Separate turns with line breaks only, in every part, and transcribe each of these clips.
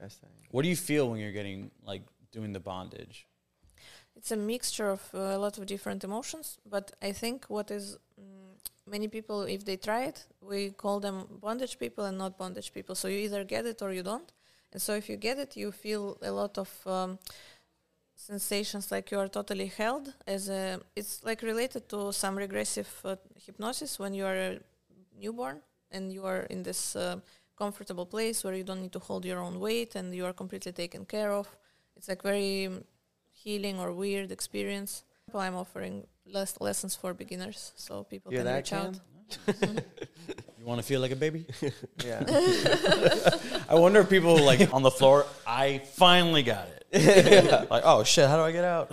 That's thing.
What do you feel when you're getting like doing the bondage?
It's a mixture of uh, a lot of different emotions, but I think what is mm, many people, if they try it, we call them bondage people and not bondage people. So you either get it or you don't. And so if you get it, you feel a lot of um, sensations like you are totally held. As a, it's like related to some regressive uh, hypnosis when you are a newborn and you are in this uh, comfortable place where you don't need to hold your own weight and you are completely taken care of. It's like very mm, healing or weird experience. Well, I'm offering less lessons for beginners, so people
yeah,
can
that
reach out.
can.
You want to feel like a baby?
Yeah.
I wonder if people like on the floor. I finally got it. like, oh shit, how do I get out?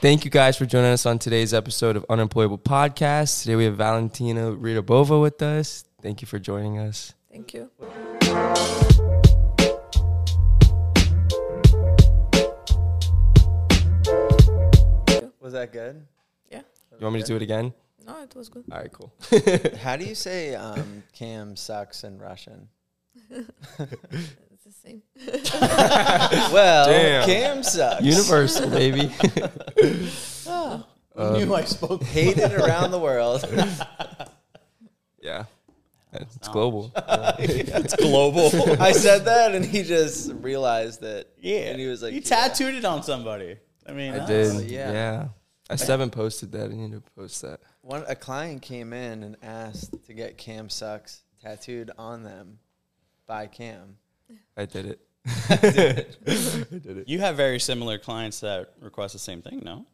Thank you guys for joining us on today's episode of Unemployable Podcast. Today we have Valentina Ritabova with us. Thank you for joining us.
Thank you.
Was that good?
Yeah.
That
You want me to
was
do it again?
No, it was good.
All right, cool.
good? How do you say um, Cam sucks in Russian?
It's the same.
well,
Damn.
Cam sucks.
Universal, baby.
I knew I spoke.
Hated around the world.
Yeah. It's global.
It's global.
I said that, and he just realized it.
yeah,
and he was like,
you
yeah.
tattooed it on somebody. I mean,
I
that's-
did.
yeah.
Oh, yeah. I still haven't posted that. I need to post that.
One a client came in and asked to get Cam sucks tattooed on them by Cam.
I did it.
You have very similar clients that request the same thing, no?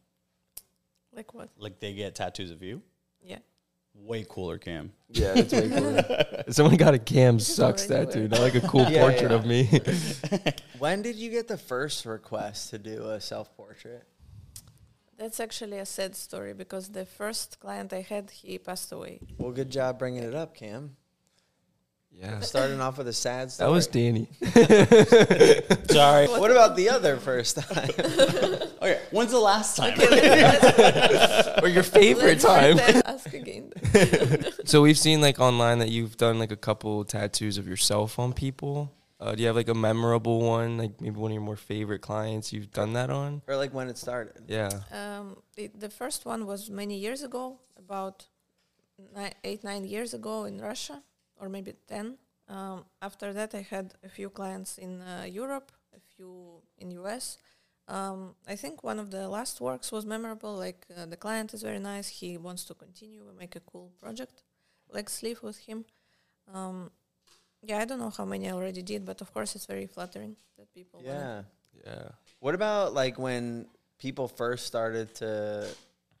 Like what?
Like they get tattoos of you.
Yeah.
Way cooler, Cam.
Yeah, that's way cool. Someone got a Cam
is
sucks
already
tattoo, not like a cool
Yeah,
portrait
yeah.
of me.
When did you get the first request to do a self portrait?
That's actually a sad story because the first client I had, he passed away.
Well, good job bringing it up, Cam.
yeah.
Starting off with a sad story.
That was Danny.
Sorry.
What about the other first time?
Okay, when's the last time?
or your favorite
Let's not
time.
then Ask again.
So we've seen like online that you've done like a couple tattoos of yourself on people. Uh, do you have like a memorable one, like maybe one of your more favorite clients you've done that on?
or like when it started?
Yeah,
Um, it, the first one was many years ago, about ni- eight, nine years ago in Russia, or maybe 10. Um, after that, I had a few clients in uh, Europe, a few in US. Um, I think one of the last works was memorable. Like uh, the client is very nice. He wants to continue. We make a cool project, like sleeve with him. Um, yeah, I don't know how many I already did, but of course it's very flattering that people. wanna-
Yeah.
yeah.
What about like when people first started to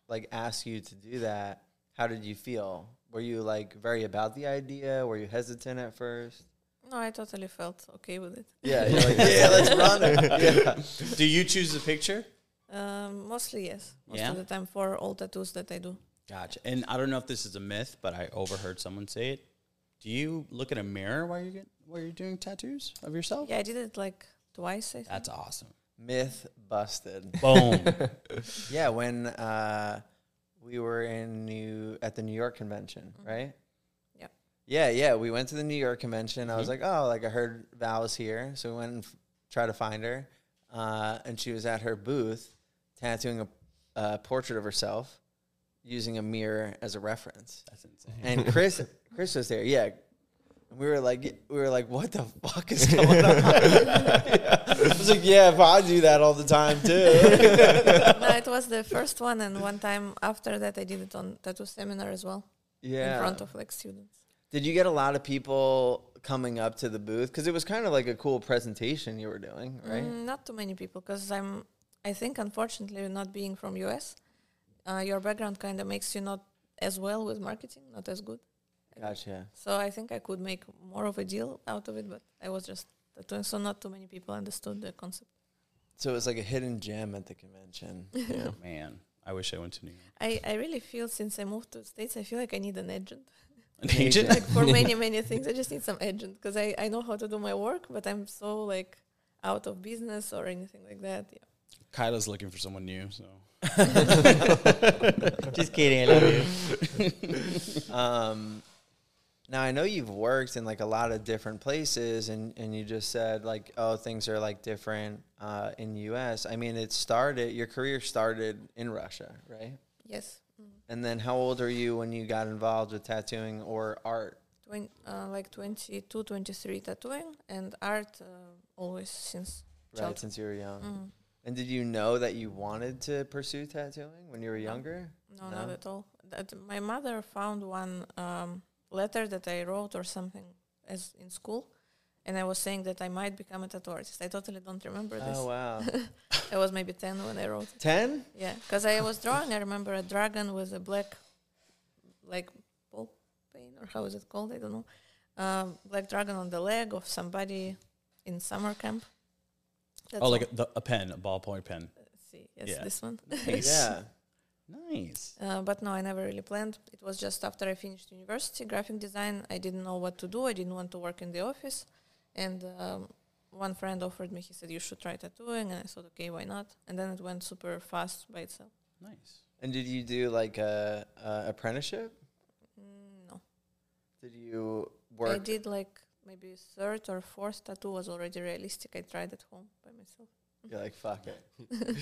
like ask you to do that? How did you feel? Were you like very about the idea? Were you hesitant at first?
No, I totally felt okay with it.
Yeah, you're like, yeah, let's run it. Yeah.
Do you choose the picture?
Um, mostly yes. Most
Yeah?
of the time for all tattoos that I do.
Gotcha. And I don't know if this is a myth, but I overheard someone say it. Do you look in a mirror while you're getting, while you're doing tattoos of yourself?
Yeah, I did it like twice. I think.
That's awesome.
Myth busted.
Boom.
Yeah, when uh, we were in New at the New York convention, right?
Mm-hmm. Yep. Mm-hmm.
Yeah, yeah. We went to the New York convention. I was like, oh, like I heard Val was here, so we went and f- tried to find her, uh, and she was at her booth tattooing a, a portrait of herself using a mirror as a reference.
That's insane.
And Chris, Chris was there. Yeah. And We were like, we were like, what the fuck is going on? I was like, yeah, if I do that all the time too.
no, it was the first one, and one time after that, I did it on tattoo seminar as well
Yeah.
in front of like students.
Did you get a lot of people coming up to the booth? Because it was kind of like a cool presentation you were doing, right?
Mm, not too many people, because I'm. I think unfortunately, not being from US, uh, your background kind of makes you not as well with marketing, not as good.
Gotcha.
So I think I could make more of a deal out of it, but I was just tattooing, so not too many people understood the concept.
So it was like a hidden gem at the convention.
Yeah. Man, I wish I went to New York.
I, I really feel since I moved to States, I feel like I need an agent.
An agent?
like for many many things i just need some agent because I, I know how to do my work but i'm so like out of business or anything like that yeah
Kyla's looking for someone new, so
Just kidding. I love you.
Um, now I know you've worked in like a lot of different places, and and you just said like, oh, things are like different uh, in the U.S. I mean, it started your career started in Russia, right?
Yes. Mm-hmm.
And then how old are you when you got involved with tattooing or art?
Twen- uh, like 22, 23 tattooing and art uh, always since
Right,
childhood.
since you were young.
Mm.
And did you know that you wanted to pursue tattooing when you were younger?
No,
No?
not at all. That my mother found one um, letter that I wrote or something as in school, and I was saying that I might become a tattoo artist. I totally don't remember this.
Oh wow,
I was maybe ten when I wrote it.
ten?
Yeah, because I was drawing. I remember a dragon with a black, like ball paint or how is it called? I don't know. Um, black dragon on the leg of somebody in summer camp. That's
oh, like
all.
a, the, a pen, a ballpoint pen.
see, yes,
yeah.
this one.
Yeah.
nice.
Uh, but no, I never really planned. It was just after I finished university, graphic design. I didn't know what to do. I didn't want to work in the office. And um, one friend offered me, he said, You should try tattooing. And I thought, Okay, why not? And then it went super fast by itself.
Nice.
And did you do like a, a apprenticeship?
Mm, no.
Did you
I
work?
did like maybe third or fourth tattoo was already realistic. I tried at home by myself.
You're like fuck it.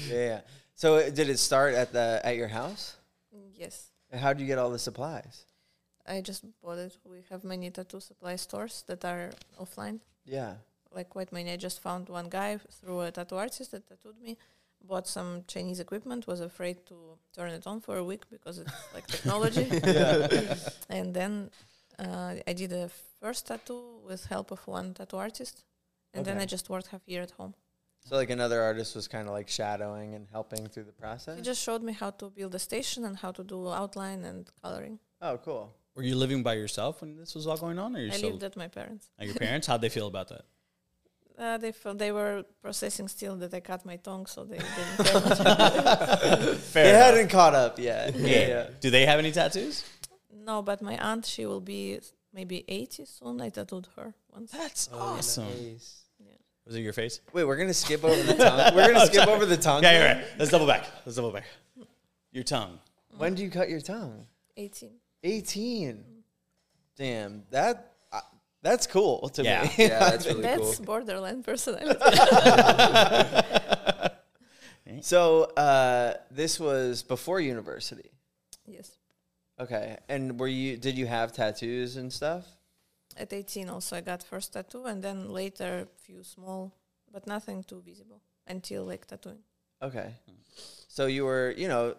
yeah, yeah. So uh, did it start at the at your house?
Mm, Yes.
And How do you get all the supplies?
I just bought it. We have many tattoo supply stores that are offline.
Yeah.
like quite many. I just found one guy through a tattoo artist that tattooed me, bought some Chinese equipment, was afraid to turn it on for a week because it's like technology. and then uh, I did a first tattoo with help of one tattoo artist, and then I
Okay.
just worked half year at home.
So like another artist was kind of like shadowing and helping through the process.
He just showed me how to build a station and how to do outline and coloring.
oh, cool.
Were you living by yourself when this was all going on, or you
I
still
lived at my parents.
like your parents? How'd they feel about that?
Uh, they felt they were processing still that I cut my tongue, so they didn't care much.
Fair.
they
enough.
hadn't caught up yet.
Yeah. Do they have any tattoos?
No, but my aunt, she will be maybe 80 soon. I tattooed her once. Oh,
That's awesome.
Nice.
Was it your face?
Wait, we're gonna skip over the tongue. We're gonna skip over the tongue.
Yeah, you're right. Let's double back. Let's double back. Your tongue.
When do you cut your tongue?
18.
18. Damn, that uh, that's cool to
Yeah.
me.
Yeah, that's really cool.
That's borderline personality.
So uh, this was before university.
yes.
Okay, and were you? Did you have tattoos and stuff?
At 18 also I got first tattoo and then later few small, but nothing too visible until like tattooing.
Okay, so you were, you know,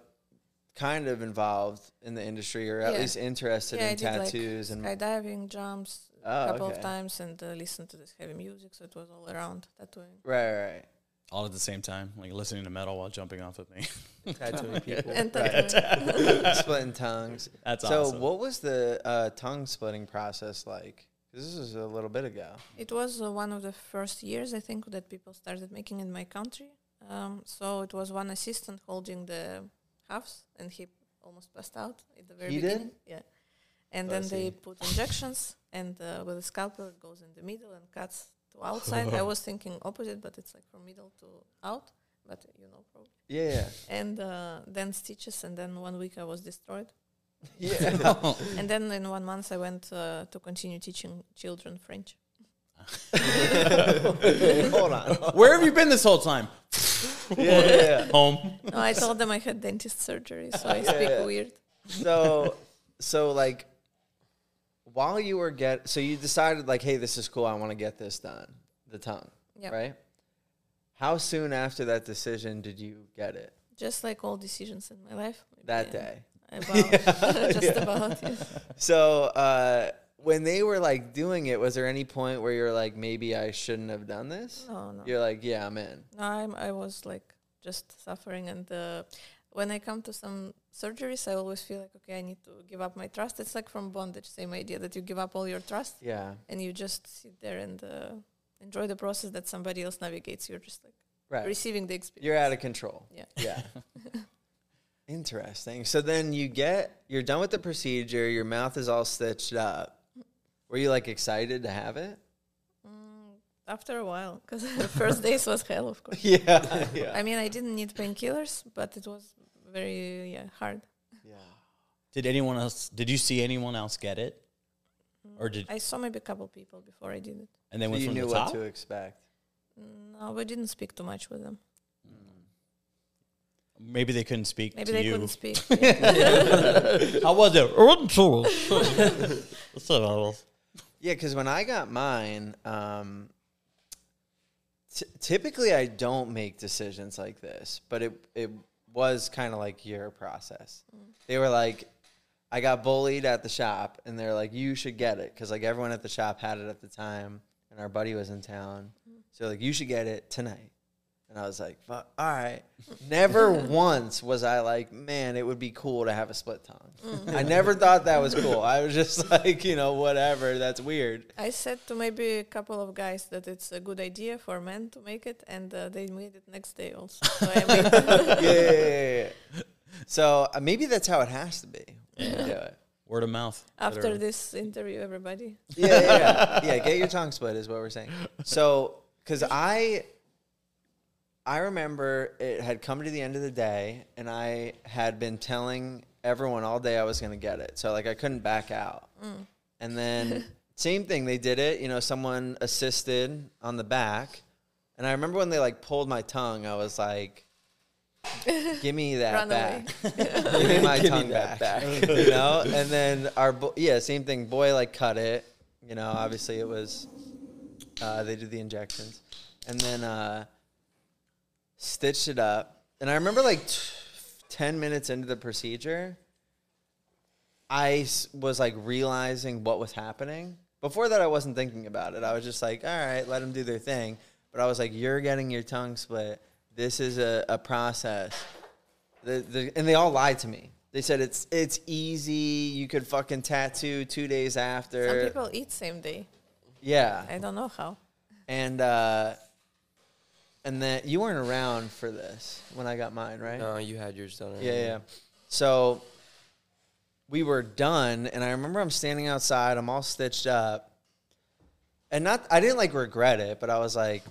kind of involved in the industry, or at
Yeah.
least interested
Yeah, I
in
did, like,
tattoos and.
Skydiving, jumps,
Mm. Oh,
a couple
okay.
of times and uh, listened to this heavy music. So it was all around tattooing.
Right, right, right.
All at the same time, like listening to metal while jumping off of me.
Tattooing people.
And uh, tattooing.
Splitting tongues.
That's
so,
awesome.
what was the uh, tongue splitting process like? 'Cause this was a little bit ago.
It was uh, one of the first years, I think, that people started making in my country. Um, so it was one assistant holding the halves, and he almost passed out at the very
He did?
beginning. Yeah. And
Oh, I
then they
see.
put injections, and uh, with a scalpel, it goes in the middle and cuts to outside. I was thinking opposite, but it's like from middle to out, but you know, probably.
Yeah,
And uh, then stitches, and then one week I was destroyed.
yeah. yeah.
And then in one month, I went uh, to continue teaching children French.
Hold on.
Where have you been this whole time?
Yeah, yeah, yeah.
Home.
No, I told them I had dentist surgery, so I speak
Yeah.
weird.
so so like while you were get so you decided like hey this is cool i want to get this done the tongue
Yeah.
right how soon after that decision did you get it
Just like all decisions in my life. maybe
that
I-
day
About, just about. yes.
so uh when they were like doing it was there any point where you're like maybe i shouldn't have done this
No, no.
you're like yeah i'm in
No, I'm, I was like just suffering. And uh, when I come to some surgeries, I always feel like, okay, I need to give up my trust. It's like from bondage, same idea that you give up all your trust
yeah
and you just sit there and uh, enjoy the process that somebody else navigates. You're just like
right
receiving the experience.
you're out of control
Yeah.
yeah interesting so then you get you're done with the procedure your mouth is all stitched up were you like excited to have it
Mm, after a while, because the first days was hell, of course.
yeah, yeah,
I mean, I didn't need painkillers, but it was very yeah hard.
yeah.
Did anyone else? Did you see anyone else get it? Or did
I saw maybe a couple people before I did it.
and they
So
went
you
from
knew
the
what
top?
to expect.
No, we didn't speak too much with them.
Maybe they couldn't speak
Maybe
to
they
you.
couldn't speak.
How was it? What's up, Alice?
Yeah, because when I got mine, um, t- typically I don't make decisions like this, but it it was kind of like your process. They were like, I got bullied at the shop, and they're like, you should get it because like everyone at the shop had it at the time, and our buddy was in town, so like you should get it tonight. And I was like, "Fuck, all right. Never once was I like, man, it would be cool to have a split tongue. I never thought that was cool. I was just like, you know, whatever. That's weird.
I said to maybe a couple of guys that it's a good idea for men to make it, and uh, they made it next day also. So I made
Yeah. yeah, yeah, yeah. So uh, maybe that's how it has to be. when you do it.
Word of mouth.
after
literally.
this interview, everybody.
yeah, yeah, yeah. yeah. Get your tongue split is what we're saying. So, because I, I remember it had come to the end of the day, and I had been telling everyone all day I was going to get it. So like I couldn't back out.
Mm.
And then same thing, they did it. You know, someone assisted on the back, and I remember when they like pulled my tongue, I was like. Give me that
Run away.
back. Give me my
Give me
tongue
that
back you know and then our bo- yeah same thing boy like cut it you know obviously it was uh, they did the injections and then uh, stitched it up and i remember like t- 10 minutes into the procedure i s- was like realizing what was happening before that i wasn't thinking about it i was just like all right let them do their thing but i was like you're getting your tongue split this is a, a process the, the, and they all lied to me. They said it's it's easy. You could fucking tattoo two days
Some
after.
people eat same day.
yeah,
I don't know how.
and uh, and then you weren't around for this when I got mine, right?
No, you had yours done.
Yeah,
already.
yeah. So we were done, and I remember I'm standing outside. I'm all stitched up, and not I didn't like regret it, but I was like,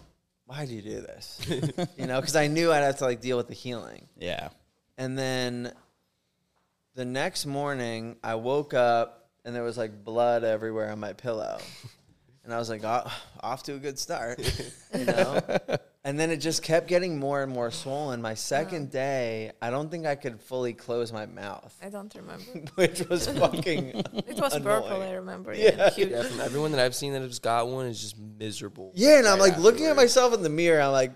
"Why do you do this?" you know, because I knew I'd have to like deal with the healing.
Yeah.
And then the next morning, I woke up and there was like blood everywhere on my pillow. And I was like, "Oh, off to a good start, you know? and then it just kept getting more and more swollen. My
Oh.
second day, I don't think I could fully close my mouth,
I don't remember.
which was fucking.
It was purple. I
Annoying.
remember. Yeah, and huge.
Yeah, from everyone that I've seen that has got one is just miserable.
yeah, and I'm
right
like looking at
afterwards.
myself in the mirror. I'm like,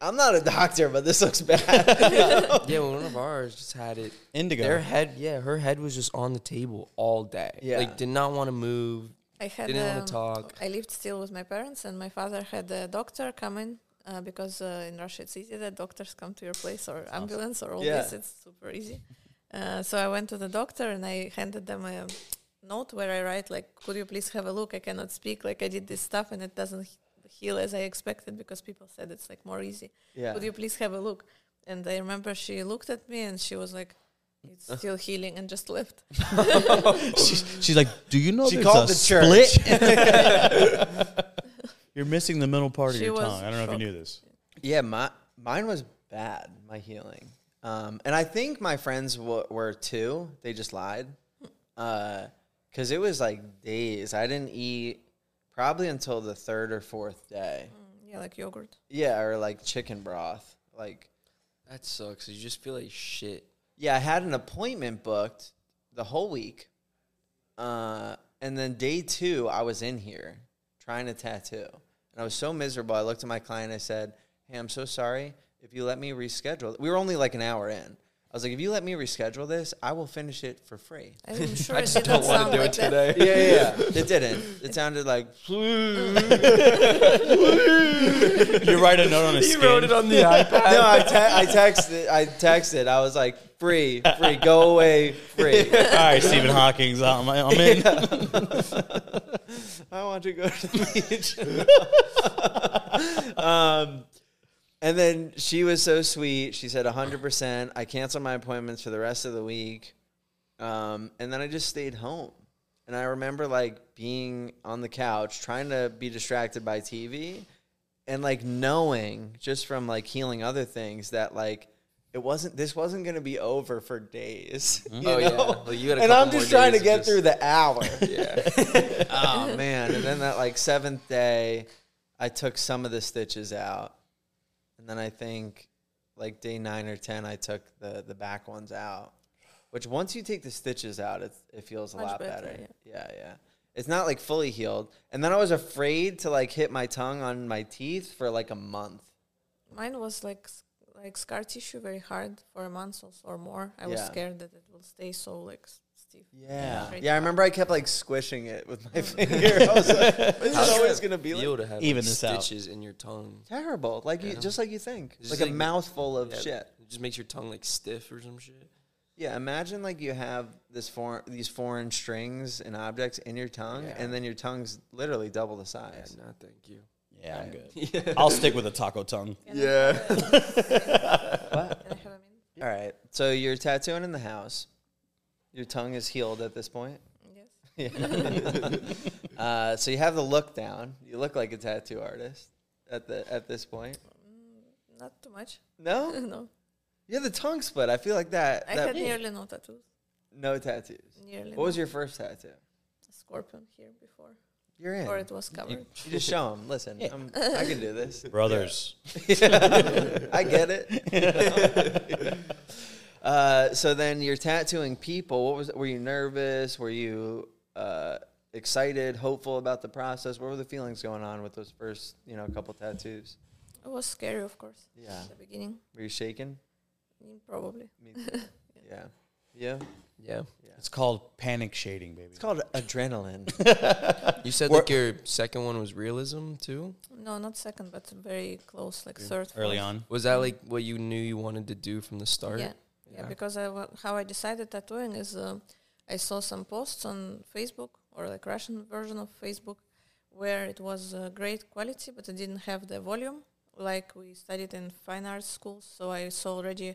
I'm not a doctor, but this looks bad.
Yeah, well, one of ours just had it.
Indigo.
Their head, yeah, her head was just on the table all day.
Yeah.
like did not want to move.
I had.
Didn't wanna
um,
talk.
I lived still with my parents, and my father had a doctor come in uh, because uh, in Russia it's easy that doctors come to your place or ambulance or all
Yeah.
this. It's super easy. Uh, so I went to the doctor and I handed them a note where I write like, "Could you please have a look? I cannot speak. Like I did this stuff and it doesn't he- heal as I expected because people said it's like more easy.
yeah.
Could you please have a look?" And I remember she looked at me and she was like, "It's still healing," and just left.
she's, she's like, do you know
She
there's
called
a
the church.
split? You're missing the middle part
She
of your
was
tongue. I don't know if
shocked.
you knew this.
Yeah, my mine was bad. My healing, um, and I think my friends w- were too. They just lied, because it was like days. I didn't eat probably until the third or fourth day.
Yeah, like yogurt.
Yeah, or like chicken broth. Like,
That sucks. You just feel like shit.
yeah, I had an appointment booked the whole week, uh, and then day two, I was in here trying to tattoo, and I was so miserable. I looked at my client. I said, "Hey, I'm so sorry. If you let me reschedule, we were only like an hour in. I was like, if you let me reschedule this, I will finish it for free."
I'm sure it didn't sound like that.
yeah, yeah, yeah. It didn't. It sounded like
You write a note on a skin.
on the iPad.
no. I, te- I texted. I texted. I was like, "Free, free, go away, free."
All right, Stephen Hawking's. I'm, I'm in.
I want to go to the beach. um, and then she was so sweet. She said 100%. I canceled my appointments for the rest of the week. Um, and then I just stayed home. And I remember like being on the couch trying to be distracted by TV and like knowing just from like healing other things that like it wasn't this wasn't going to be over for days. you
Oh, yeah.
know?
Like, you had a
and
couple
I'm
more
just trying to
days
get
of
through the hour.
Yeah.
oh man. And then that like seventh day I took some of the stitches out. And then I think like day 9 or 10 I took the the back ones out. Which once you take the stitches out it it feels a
Much
lot
better,
better. Yeah. yeah, It's not like fully healed. And then I was afraid to like hit my tongue on my teeth for like a month.
Mine was like s- like scar tissue, very hard for a month or- or more. I was
Yeah.
scared that it will stay so like s- stiff.
Yeah.
Right.
Yeah, I remember I kept like squishing it with my finger. I was like, this is always going to be like
Feel to have
Even
even
this out.
stitches in your tongue.
terrible. Like you,
Yeah.
just like you think.
It's
like
just
a
like-
mouthful of
Yeah,
shit.
It just makes your tongue like stiff or some shit.
Yeah, imagine like you have this foreign these foreign strings and objects in your tongue,
Yeah.
and then your tongue's literally double the
Yeah,
size.
no, thank you.
Yeah, I'm good.
Yeah.
I'll stick with a taco tongue.
Yeah.
Can I have a minute?
All right. So you're tattooing in the house. Your tongue is healed at this point.
Yes.
Uh, so you have the look down. You look like a tattoo artist at the at this point.
Not too much.
No,
no.
you have the tongue split. I feel like that.
I
that-
had nearly no tattoos.
no tattoos.
Nearly.
What was
no.
your first tattoo?
A scorpion here before,
You're in.
or it was covered.
You just show them. Listen, I'm, I can do this.
Brothers.
I get it. uh, so then you're tattooing people. What was? Were you nervous? Were you uh, excited? Hopeful about the process? What were the feelings going on with those first, you know, couple tattoos?
It was scary, of course.
Yeah.
At the beginning,
Were you shaking?
Mm, probably.
Me too. yeah. Yeah.
Yeah.
It's called panic shading, baby.
It's called adrenaline.
You said
We're-
like your second one was realism too.
No, not second, but very close, like third.
early
fourth.
on.
Was that like what you knew you wanted to do from the start?
Yeah. Yeah, because I wa- how I decided tattooing is uh, I saw some posts on Facebook or like Russian version of Facebook where it was uh, great quality, but it didn't have the volume like we studied in fine arts schools. So I saw already,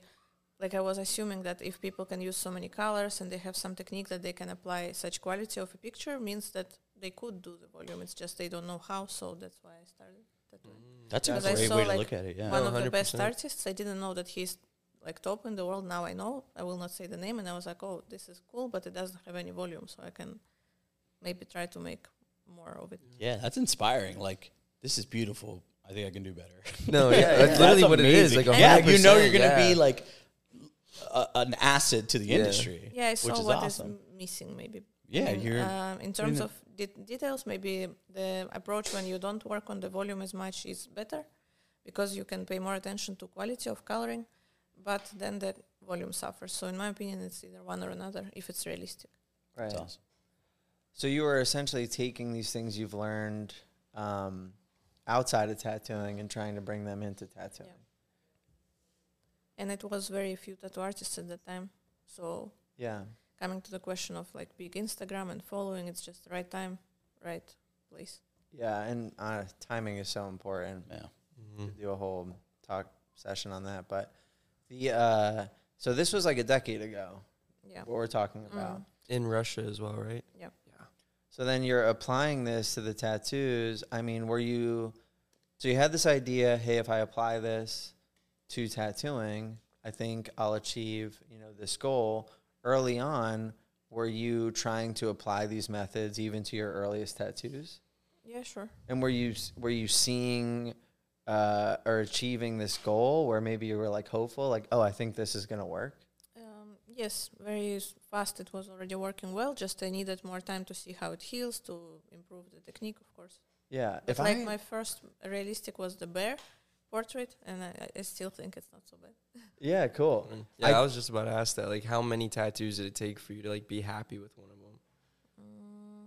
like I was assuming that if people can use so many colors and they have some technique that they can apply such quality of a picture, means that they could do the volume. It's just they don't know how, so that's why I started tattooing
That's a
Because I
great
saw,
way to
like,
look at it. Yeah.
one of the best
100%.
artists. I didn't know that he's like top in the world. Now I know. I will not say the name, and I was like, oh, this is cool, but it doesn't have any volume, so I can maybe try to make more of it.
Yeah, that's inspiring. Like, this is beautiful. I think I can do better.
No, yeah, that's literally what it is. Like,
amazing. yeah,
100%,
you know, you're gonna be
yeah.
like a, an asset to the
Yeah.
industry.
Yeah, I
which
saw
is
what is
awesome.
m- missing maybe.
Yeah,
in,
you're-
um, in terms
the-
of det- details. Maybe the approach when you don't work on the volume as much is better because you can pay more attention to quality of coloring, but then the volume suffers. So in my opinion, it's either one or another if it's realistic.
right.
That's awesome.
So you were essentially taking these things you've learned um, outside of tattooing and trying to bring them into tattooing.
and it was very few tattoo artists at that time. So
Yeah.
coming to the question of like big Instagram and following, it's just the right time, right place.
Yeah, and uh, timing is so important.
Yeah.
We
Mm-hmm.
could do a whole talk session on that, but the uh, so this was like a decade ago.
Yeah.
What we're talking about.
in Russia as well, right?
So then you're applying this to the tattoos. I mean, were you so you had this idea, hey, if I apply this to tattooing, I think I'll achieve, you know, this goal. Early on, were you trying to apply these methods even to your earliest tattoos?
Yeah, sure.
And were you were you seeing uh, or achieving this goal where maybe you were like hopeful, like, oh, I think this is gonna work?
Um, yes, very s- fast. It was already working well. Just I needed more time to see how it heals to improve the technique, of course.
Yeah.
But
if
like
I
my first realistic was the bear portrait, and I, I- I still think it's not so bad.
yeah, cool.
Yeah,
I-
I, was just about to ask that. Like, how many tattoos did it take for you to like be happy with one of them?
Mm,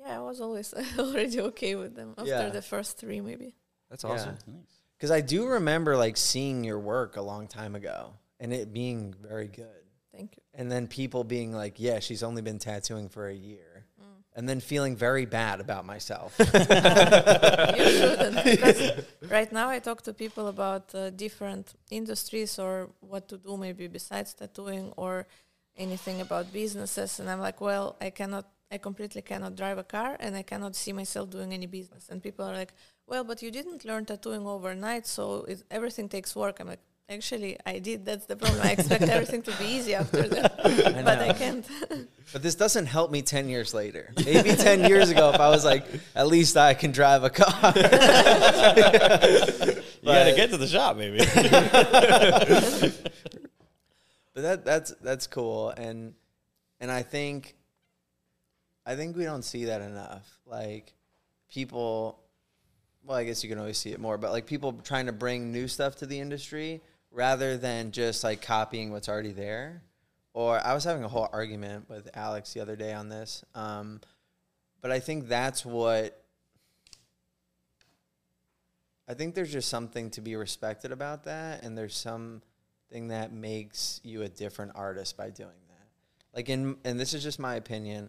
yeah, I was always already okay with them after
Yeah.
the first three, maybe.
That's awesome.
Because I do remember like seeing your work a long time ago and it being very good.
Thank you.
And then people being like, yeah, she's only been tattooing for a year. And then feeling very bad about myself.
you shouldn't. because right now, I talk to people about uh, different industries or what to do, maybe besides tattooing or anything about businesses, and I'm like, well, I cannot. I completely cannot drive a car and I cannot see myself doing any business. And people are like, well, but you didn't learn tattooing overnight, so it, everything takes work. I'm like, actually, I did. That's the problem. I expect everything to be easy after that,
I
but I
know.
can't.
But this doesn't help me 10 years later. Maybe 10 years ago, if I was like, at least I can drive a car.
You gotta get to the shop, maybe.
But that that's that's cool, and and I think I think we don't see that enough. Like people, well, I guess you can always see it more, but like people trying to bring new stuff to the industry rather than just like copying what's already there. Or I was having a whole argument with Alex the other day on this, um, but I think that's what I think there's just something to be respected about that, and there's something that makes you a different artist by doing that. Like in, and this is just my opinion.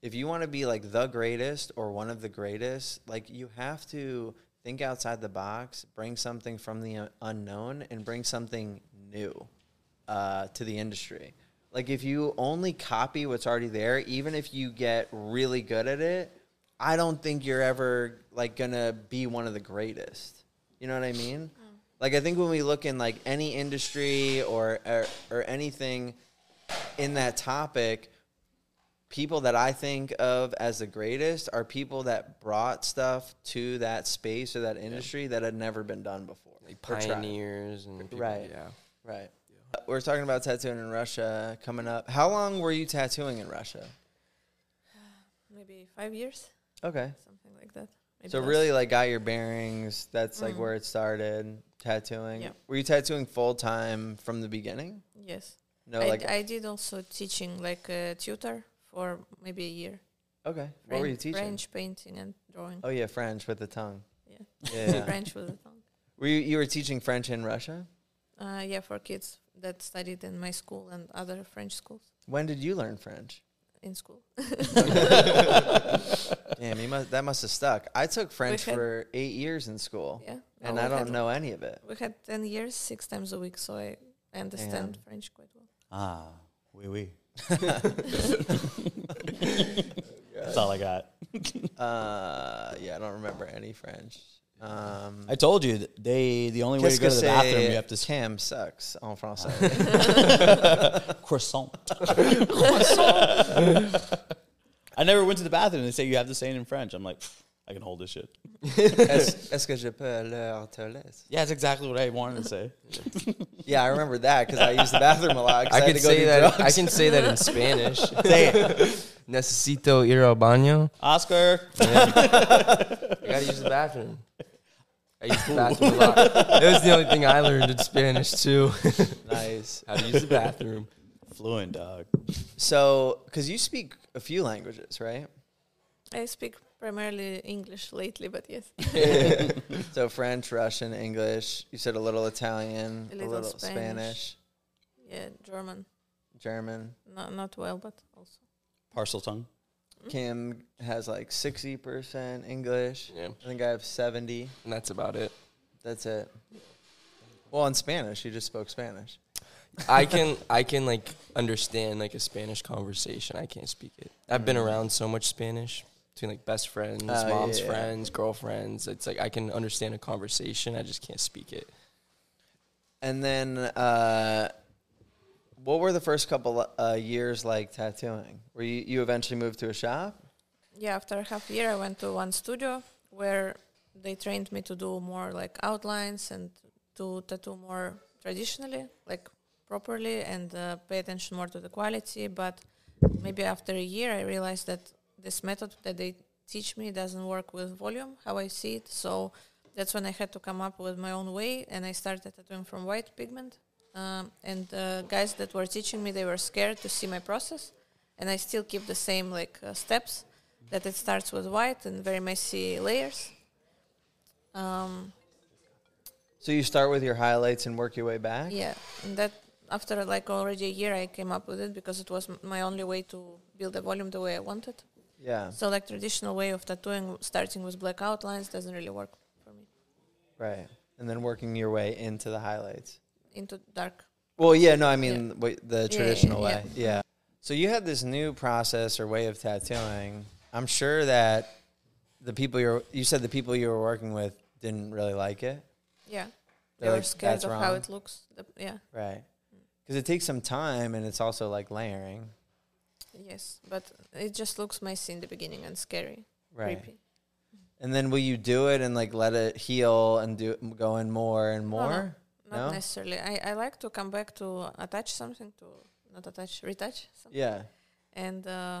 If you want to be like the greatest or one of the greatest, like you have to think outside the box, bring something from the uh, unknown, and bring something new uh, to the industry. Like if you only copy what's already there, even if you get really good at it, I don't think you're ever like gonna be one of the greatest. You know what I mean? Like I think when we look in like any industry or or, or anything in that topic, people that I think of as the greatest are people that brought stuff to that space or that industry that had never been done before.
Like
or tried.
pioneers and people,
Right.
Yeah.
Right. Uh, We're talking about tattooing in Russia coming up. How long were you tattooing in Russia?
Maybe five years,
Okay.
something like that. Maybe
So
less.
really like got your bearings. That's like
Mm.
where it started tattooing.
Yeah.
Were you tattooing full time from the beginning?
yes.
No,
I,
like
d- I did also teaching like a tutor for maybe a year.
okay. What were you teaching?
French painting and drawing.
Oh yeah, French with the tongue.
Yeah.
Yeah. yeah.
French with a tongue.
were you you were teaching French in Russia?
Uh, yeah, for kids that studied in my school and other French schools
When did you learn French?
in school.
Damn, you must that must have stuck. I took French
had-
for eight years in school,
Yeah.
Oh. and
Well,
I
we
don't
had-
know any of it.
We had 10 years, six times a week, so I I understand
Damn.
French quite well.
ah, wee wee. That's all I got.
Uh, yeah, I don't remember any French. Um,
I told you that they the only way to go to the bathroom you have to say
Cam sucks en français.
croissant. I never went to the bathroom. They say you have to say it in French. I'm like, "Pff, I can hold this shit.
est-ce, est-ce que je peux leur te laisse?
Yeah, that's exactly what I wanted to say.
Yeah, I remember that because I used the bathroom a lot. 'cause
I
had
can
to go
say
do
that.
drugs.
I can say that in Spanish.
Say it,
Necesito ir al baño.
Oscar.
I gotta use the bathroom. I use the bathroom a lot. That was the only thing I learned in Spanish too.
nice.
How to use the bathroom.
Fluent dog.
So, because you speak a few languages, right?
I speak primarily English lately, but yes,
so French, Russian, English. You said a little Italian, a
A
little,
little
Spanish.
Spanish. yeah, German,
German.
no, not well, but also.
Parcel tongue.
Mm-hmm. Kim has like sixty percent English.
Yeah,
I think I have seventy.
and that's about it.
That's it. Well, in Spanish, you just spoke Spanish.
I can I can like understand like a Spanish conversation. I can't speak it. I've been around so much Spanish between like best friends,
Oh,
mom's
yeah.
friends, girlfriends. It's like I can understand a conversation. I just can't speak it.
And then, uh, what were the first couple uh, years like tattooing? Were you, you eventually moved to a shop?
Yeah, after half a year, I went to one studio where they trained me to do more like outlines and to tattoo more traditionally, like properly, and uh, pay attention more to the quality. But maybe after a year, I realized that this method that they teach me doesn't work with volume, how I see it. So that's when I had to come up with my own way, and I started tattooing from white pigment. Um, and the guys that were teaching me, they were scared to see my process, and I still keep the same like uh, steps that it starts with white and very messy layers. Um,
So you start with your highlights and work your way back.
yeah, and that after like already a year, I came up with it because it was m- my only way to build the volume the way I wanted.
Yeah,
So like traditional way of tattooing, starting with black outlines, doesn't really work for me
right. And then working your way into the highlights.
into dark.
Well, yeah, no, I mean wait, the
yeah,
traditional
yeah.
way. Yeah. So you had this new process or way of tattooing. I'm sure that the people you're you said the people you were working with didn't really like it,
Yeah. They
They're
were
like,
scared
"That's
of how
wrong."
it looks. The, yeah.
right? Because it takes some time and it's also like layering,
Yes. But it just looks messy in the beginning and scary.
right?
Creepy.
And then will you do it and like let it heal and do go in more and
no.
more?
Not
No?
necessarily. I, I like to come back to attach something to not attach, retouch something.
Yeah,
and uh,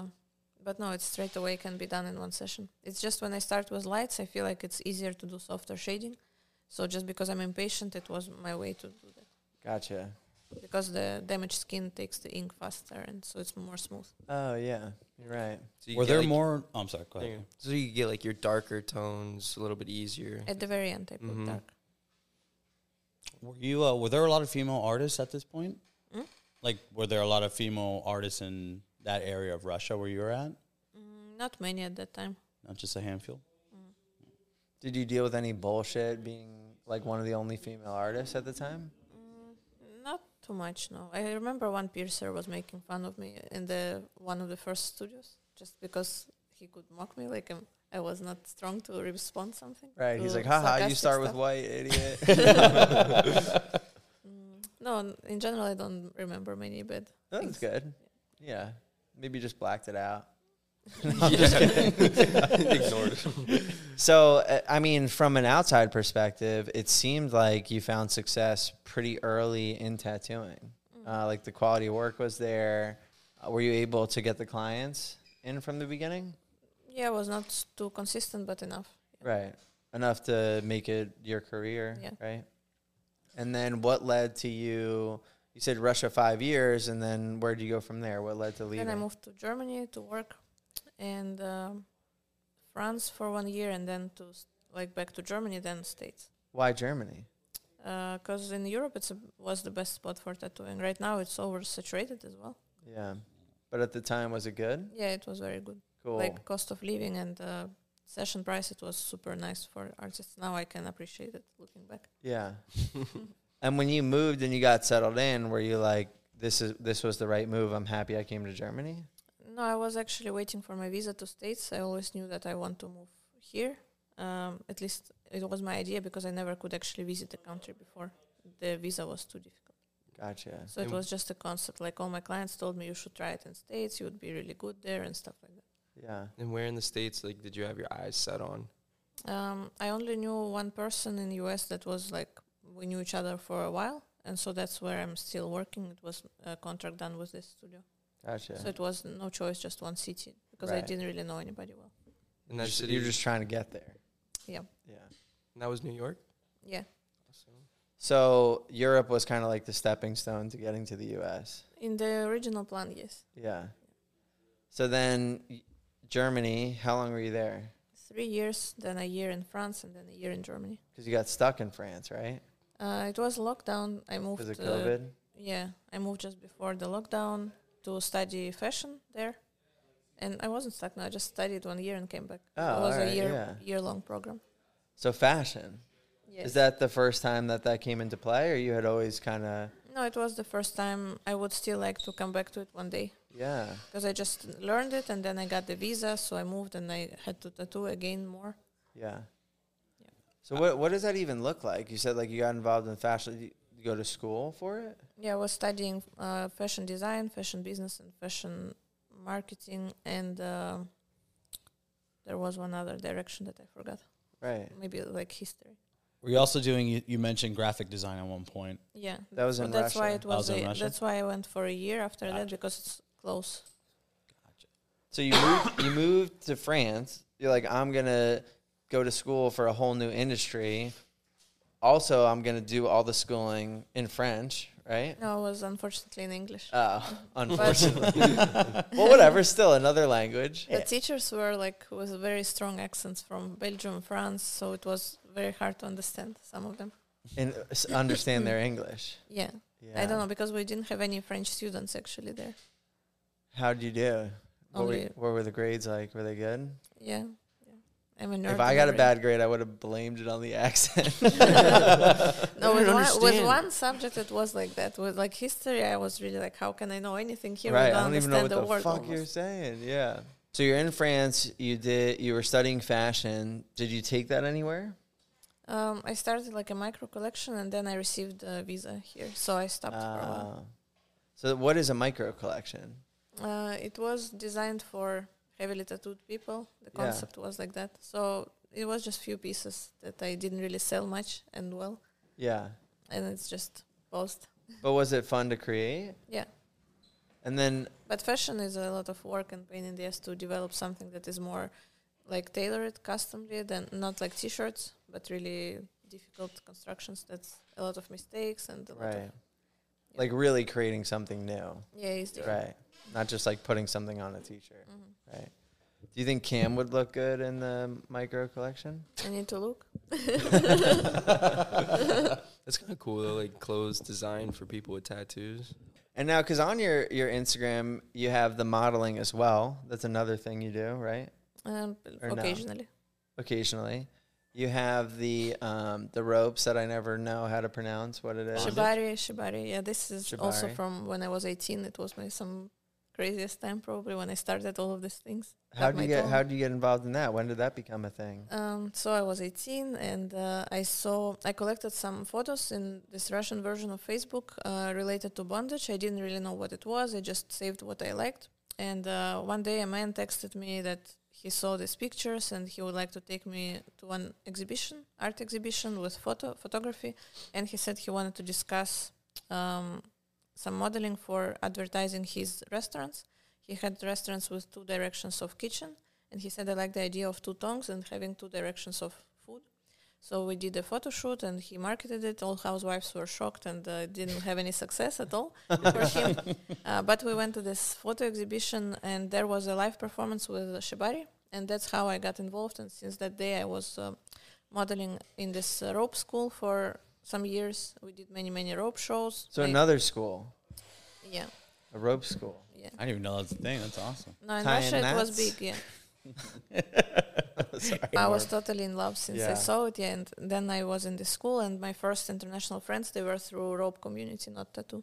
but no, it straight away can be done in one session. It's just when I start with lights, I feel like it's easier to do softer shading. So just because I'm impatient, it was my way to do that
gotcha.
because the damaged skin takes the ink faster, and so it's more smooth.
Oh yeah, you're right.
So
Were
get,
there
like-
more? oh, I'm sorry. Go ahead.
So you get like your darker tones a little bit easier.
At the very end, I put
Mhm.
dark.
Were you? Uh, were there a lot of female artists at this point?
Hmm?
Like, were there a lot of female artists in that area of Russia where you were at?
Mm, not many at that time.
Not just a handful.
Did you deal with any bullshit being like one of the only female artists at the time?
Mm, not too much. No, I remember one piercer was making fun of me in the one of the first studios just because he could mock me like um, I was not strong to respond something.
Right. He's
to
like, haha, you
sarcastic
start with
stuff."
white, idiot.
Mm, no, n- in general, I don't remember many bad.
That was
things.
good. Yeah. Maybe you just blacked it out.
Ignored.
So, uh, I mean, from an outside perspective, it seemed like you found success pretty early in tattooing.
Mm.
Uh, like the quality of work was there. Uh, were you able to get the clients in from the beginning?
Yeah, I was not s- too consistent, but enough.
Right. Enough to make it your career,
Yeah.
right? And then what led to you? You said Russia five years, and then where did you go from there? What led to leaving?
Then I moved to Germany to work, and um, France for one year, and then to s- like back to Germany, then States.
Why Germany?
Because in Europe, it's a, was the best spot for tattooing. Right now, it's oversaturated as well.
Yeah. But at the time, was it good?
Yeah, it was very good.
Cool.
Like cost of living and uh, session price, it was super nice for artists. Now I can appreciate it looking back.
yeah. and when you moved and you got settled in, were you like, this is this was the right move. I'm happy I came to Germany.
No, I was actually waiting for my visa to states. I always knew that I want to move here. Um, at least it was my idea because I never could actually visit the country before. The visa was too difficult.
Gotcha.
So it
And-
was just a concept. Like all my clients told me, you should try it in states. You would be really good there and stuff like that.
Yeah.
And where in the states like did you have your eyes set on?
Um, I only knew one person in US that was like we knew each other for a while, and so that's where I'm still working. It was a contract done with this studio,
Gotcha.
so it was no choice, just one city because I
Right.
didn't really know anybody well.
In
you're,
that
just,
city?
you're just trying to get there.
Yeah.
Yeah.
and that was New York.
Yeah.
So Europe was kind of like the stepping stone to getting to the U.S.
In the original plan, yes.
Yeah. So then y- Germany, how long were you there?
Three years, then a year in France, and then a year in Germany.
Because you got stuck in France, right?
Uh, it was lockdown. I moved.
Because of
uh,
COVID.
yeah, I moved just before the lockdown to study fashion there, and I wasn't stuck. No, I just studied one year and came back.
Oh,
it was
alright,
a year
yeah.
year long program.
So fashion.
Yes.
Is that the first time that that came into play, or you had always kind of
no, it was the first time. I would still like to come back to it one day
yeah?
because I just learned it, and then I got the visa, so I moved, and I had to tattoo again more.
Yeah.
Yeah.
So what what does that even look like? You said like you got involved in fashion. You you go to school for it.
Yeah, I was studying uh, fashion design, fashion business, and fashion marketing, and uh, there was one other direction that I forgot.
Right.
Maybe like history.
Were you also doing? You, you mentioned graphic design at one point.
Yeah,
That was
so
in
that's why
Russia.
it
That was
was.
in
a,
Russia?
that's why I went for a year after that
Gotcha.
because it's close.
So you moved, you moved to France. You're like I'm gonna go to school for a whole new industry. Also, I'm gonna do all the schooling in French. Right.
No, it was unfortunately in English.
Oh,
but
unfortunately. well, whatever. Still another language.
the teachers were like with very strong accents from Belgium, France, so it was very hard to understand some of them.
And uh, s- understand their English.
Yeah,
Yeah.
I don't know because we didn't have any French students actually there.
How'd you do? What were,
Only-
what were the grades like? Were they good?
Yeah, yeah. I'm a nerd.
If I
in
got a
every-
bad grade, I would have blamed it on the accent.
No,
I
with one,
don't
with
understand.
one subject it was like that. With like history, I was really like, how can I know anything here?
right.
we don't
I don't even
understand
know what the,
the, word.
fuck you're
almost.
saying. Yeah. So you're in France. You did. You were studying fashion. Did you take that anywhere?
Um, I started like a micro collection, and then I received a visa here, so I stopped for a while.
Uh, so what is a micro collection?
Uh, it was designed for heavily tattooed people. The
Yeah.
concept was like that. So it was just few pieces that I didn't really sell much and well,
Yeah.
and it's just post.
But was it fun to create?
Yeah.
And then
But fashion is a lot of work and pain in the ass to develop something that is more like tailored, customly, than not like t-shirts, but really difficult constructions. That's a lot of mistakes and a lot
right.
of
Like really creating something new.
yeah, it's different. Mm-hmm.
Right. Not just like putting something on a t-shirt. Right. Do you think Cam would look good in the micro collection?
I need to look.
That's kind of cool though, like clothes designed for people with tattoos.
And now, because on your, your Instagram, you have the modeling as well. That's another thing you do, right?
Um,
Or no.
occasionally.
Occasionally. You have the um, the ropes that I never know how to pronounce what it is.
Shibari, Shibari. Yeah, this is also
Shibari.
from when I was 18. It was my some craziest time probably when I started all of these things.
How
Cut
do you
my
get
tongue.
how do you get involved in that? When did that become a thing?
Um, so I was 18 and uh, I saw, I collected some photos in this Russian version of Facebook uh, related to bondage. I didn't really know what it was. I just saved what I liked. And uh, one day a man texted me that he saw these pictures and he would like to take me to an exhibition, art exhibition with photo photography. And he said he wanted to discuss um, some modeling for advertising his restaurants. He had restaurants with two directions of kitchen and he said I like the idea of two tongues and having two directions of food. So we did a photo shoot and he marketed it. All housewives were shocked and uh, didn't have any success at all for him. Uh, but we went to this photo exhibition and there was a live performance with Shibari, and that's how I got involved. And since that day, I was um modeling in this uh, rope school for some years. We did many many rope shows.
So
I-
another school,
yeah
a rope school.
yeah.
I didn't even know that's a thing. That's awesome.
No, in
Tie
Russia
in
it was
knots.
big. Yeah. I was totally in love since
Yeah.
I saw it, yeah, and then I was in the school, and my first international friends they were through rope community, not tattoo.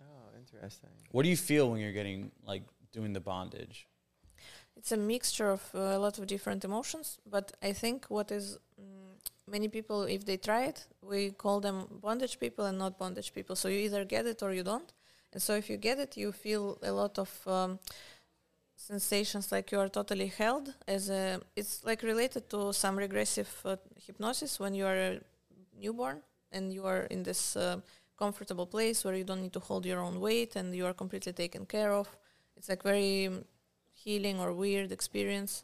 Oh, interesting.
What do you feel when you're getting like doing the bondage?
It's a mixture of uh, a lot of different emotions, but I think what is mm, many people, if they try it, we call them bondage people and not bondage people. So you either get it or you don't, and so if you get it, you feel a lot of. Um, sensations like you are totally held as a it's like related to some regressive uh, hypnosis when you are a newborn and you are in this uh, comfortable place where you don't need to hold your own weight and you are completely taken care of it's like very mm, healing or weird experience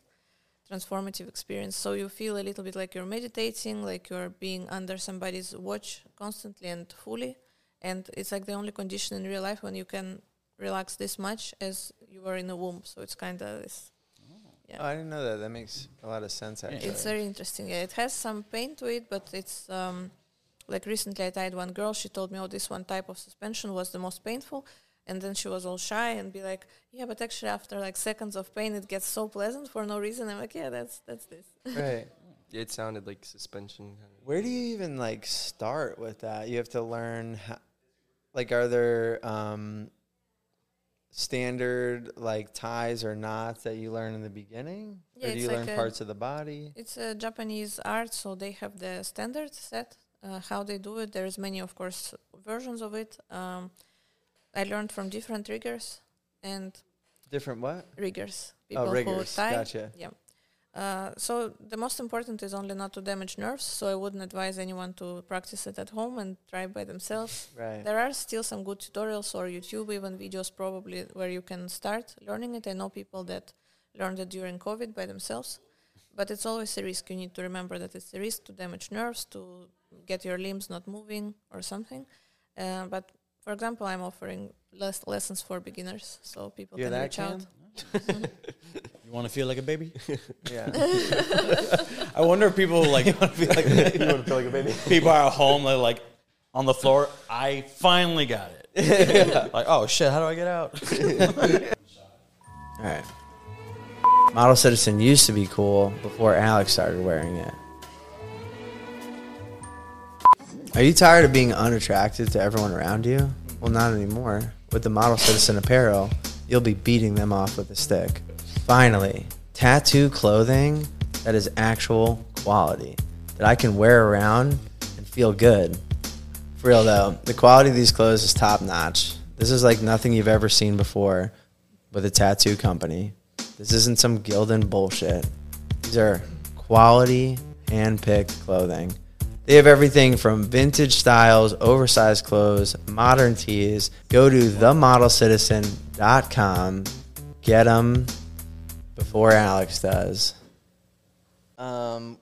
transformative experience so you feel a little bit like you're meditating like you're being under somebody's watch constantly and fully and it's like the only condition in real life when you can relax this much as you were in a womb so it's kind of this Yeah.
Oh, I didn't know that. That makes a lot of sense.
Yeah.
Actually,
it's very interesting. Yeah, it has some pain to it, but it's um, like recently I tied one girl. She told me, "Oh, this one type of suspension was the most painful," and then she was all shy and be like, "Yeah, but actually after like seconds of pain, it gets so pleasant for no reason." I'm like, "Yeah, that's that's this."
right.
It sounded like suspension. Kind
Where do you even like start with that? You have to learn, how, like, are there um, standard like ties or knots that you learn in the beginning,
Yeah,
or do
it's
you
like
learn
a-
parts of the body?
It's a Japanese art, so they have the standard set uh, how they do it. There's many, of course, versions of it. Um, I learned from different riggers and
Different what?
riggers,
oh, riggers.
who tie.
Gotcha.
Yeah. Uh, so the most important is only not to damage nerves. So I wouldn't advise anyone to practice it at home and try by themselves.
Right.
There are still some good tutorials or YouTube, even videos probably where you can start learning it. I know people that learned it during COVID by themselves, but it's always a risk. You need to remember that it's a risk to damage nerves, to get your limbs not moving or something. Uh, but for example, I'm offering less lessons for beginners, so people
Hear
can
that,
reach out.
Cam?
You want to feel like a baby?
Yeah.
I wonder if people like,
you want to feel like a baby?
people are at home they're like on the floor. I finally got it. like oh shit, how do I get out?
All right. Model Citizen used to be cool before Alex started wearing it. Are you tired of being unattractive to everyone around you? Well, not anymore. With the Model Citizen apparel, you'll be beating them off with a stick. Finally, tattoo clothing that is actual quality that I can wear around and feel good. For real though, the quality of these clothes is top notch. This is like nothing you've ever seen before with a tattoo company. This isn't some Gildan bullshit. These are quality, hand picked clothing. They have everything from vintage styles, oversized clothes, modern tees. Go to themodelcitizen.com. Get them before Alex does.
Um,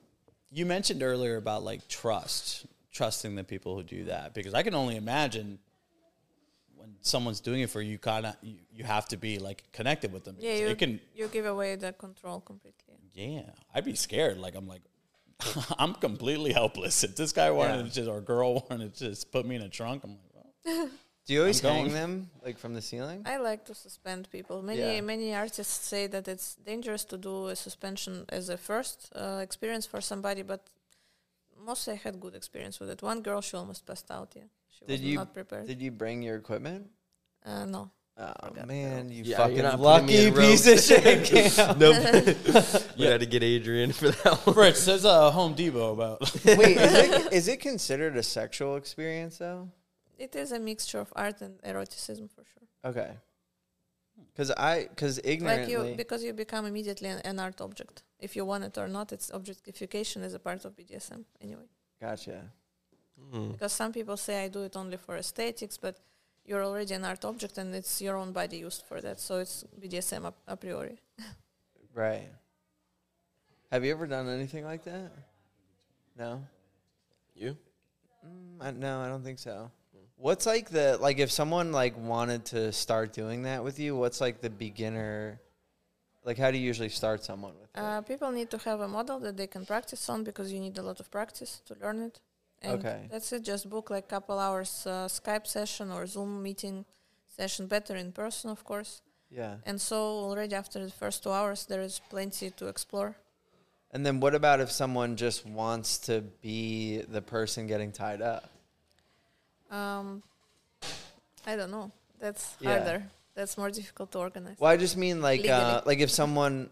you mentioned earlier about like trust, trusting the people who do that because I can only imagine when someone's doing it for you, kind of you, you have to be like connected with them.
Yeah,
because
you
it can.
you give away the control completely.
Yeah, I'd be scared. Like I'm like, I'm completely helpless. If this guy wanted to just or girl wanted to just put me in a trunk, I'm like, well,
Do you always
I'm going.
hang them like from the ceiling?
I like to suspend people. Many
Yeah.
many artists say that it's dangerous to do a suspension as a first uh, experience for somebody, but mostly I had good experience with it. One girl, she almost passed out. Yeah, she
Did
was
you
not prepared.
did you bring your equipment?
uh, no,
Oh
Forgot
man, you
Yeah,
fucking
you're not putting me
lucky
in a row.
piece of shit. Cam.
nope. we had to get Adrian for that one.
Fritz, there's a Home Depot about.
Wait, is it, is it considered a sexual experience though?
it is a mixture of art and eroticism for sure.
Okay. Because I, because
Like
ignorantly,
you, because you become immediately an, an art object, if you want it or not. It's objectification is a part of BDSM anyway.
gotcha.
Mm.
Because some people say I do it only for aesthetics, but you're already an art object and it's your own body used for that. So it's BDSM a, a priori.
Right. Have you ever done anything like that? No.
You?
Mm, I, no, I don't think so. What's like the like if someone like wanted to start doing that with you? What's like the beginner? Like, how do you usually start someone with? it?
Uh, people need to have a model that they can practice on because you need a lot of practice to learn it. And
Okay.
that's it. Just book like couple hours uh, Skype session or Zoom meeting session. Better in person, of course.
yeah.
And so already after the first two hours, there is plenty to explore.
And then what about if someone just wants to be the person getting tied up?
Um, I don't know. That's
Yeah.
harder. That's more difficult to organize.
Well, I just mean like uh,
Legally.
like if someone,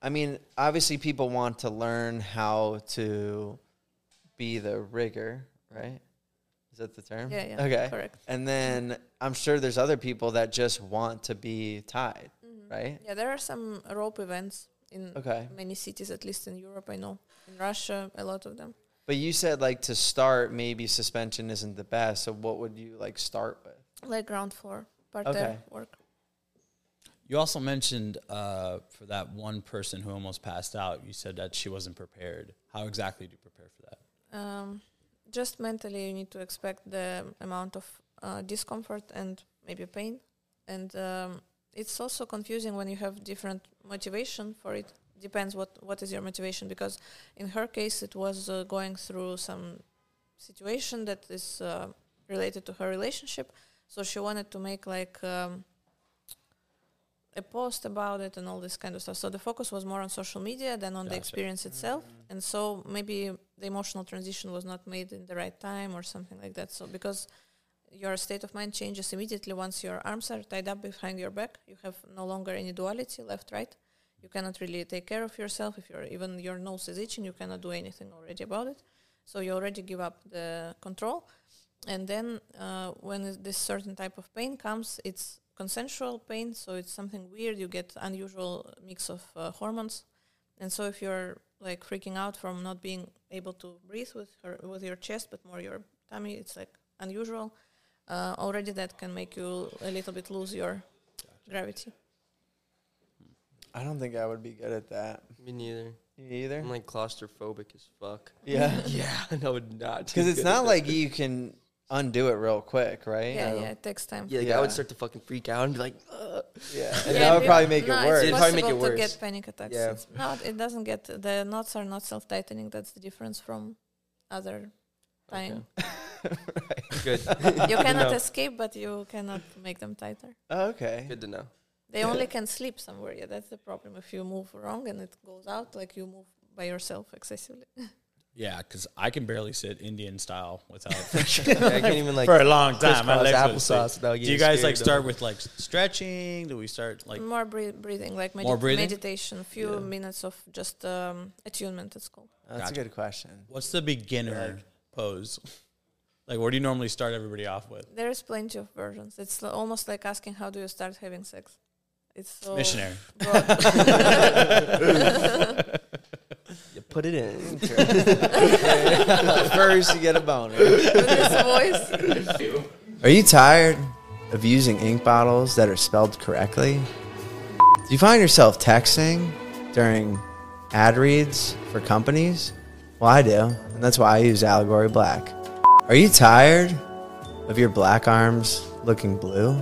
I mean, obviously people want to learn how to be the rigger, right? Is that the term?
Yeah, yeah.
Okay.
Correct.
And then I'm sure there's other people that just want to be tied, right?
Mm-hmm. Yeah, there are some rope events in
Okay.
many cities, at least in Europe, I know. In Russia, a lot of them.
But you said like to start, maybe suspension isn't the best. So what would you like start with?
Like ground floor, part
Okay.
work.
You also mentioned uh, for that one person who almost passed out. You said that she wasn't prepared. How exactly do you prepare for that?
Um, just mentally, you need to expect the amount of uh, discomfort and maybe pain. And um, it's also confusing when you have different motivation for it. Depends what, what is your motivation, because in her case, it was uh, going through some situation that is uh, related to her relationship. So she wanted to make like um, a post about it and all this kind of stuff. So the focus was more on social media than on the
Gotcha.
experience itself.
Mm.
And so maybe the emotional transition was not made in the right time or something like that. So because your state of mind changes immediately once your arms are tied up behind your back, you have no longer any duality left, right. You cannot really take care of yourself. If your even your nose is itching, you cannot do anything already about it. So you already give up the control. And then uh, when is- this certain type of pain comes, it's consensual pain, so it's something weird. You get unusual mix of uh, hormones, and so if you're like freaking out from not being able to breathe with her with your chest, but more your tummy, it's like unusual. Uh, already that can make you a little bit lose your gravity.
I don't think I would be good at that.
Me neither.
You either?
I'm like claustrophobic as fuck.
Yeah.
Yeah, and I would not. do
Because it's
good
not
at
like you can undo it real quick, right?
Yeah, yeah, it takes time.
that. Yeah, like I
Yeah.
would start to fucking freak out and be like, Ugh.
Yeah, and
Yeah,
that would
be-
probably make
no,
it
it's
worse.
It'd probably make
possible
it
to
worse.
get panic attacks.
Yeah.
It's not, it doesn't get the knots are not self tightening. That's the difference from other tying.
good,
You cannot
know.
escape, but you cannot make them tighter.
Oh, okay.
good to know.
They only can sleep somewhere. Yeah, that's the problem. If you move wrong and it goes out, like you move by yourself excessively.
Yeah, because I can barely sit Indian style without
Yeah, I can't even like
for a long time. My
crisscross
legs would sleep.
applesauce without
Do you
getting
guys
scared,
like start with like stretching? Do we start like
more bre- breathing, like medi-
More breathing?
meditation, few minutes of just um, attunement. It's called.
That's
Gotcha.
a good question.
what's the beginner pose? Like, where do you normally start everybody off with?
There is plenty of versions. It's l- almost like asking how do you start having sex. It's so
Missionary.
broad.
You put it in.
First, you get a boner.
With this voice.
Are you tired of using ink bottles that are spelled correctly? Do you find yourself texting during ad reads for companies? Well, I do, and that's why I use Allegory Black. Are you tired of your black arms looking blue?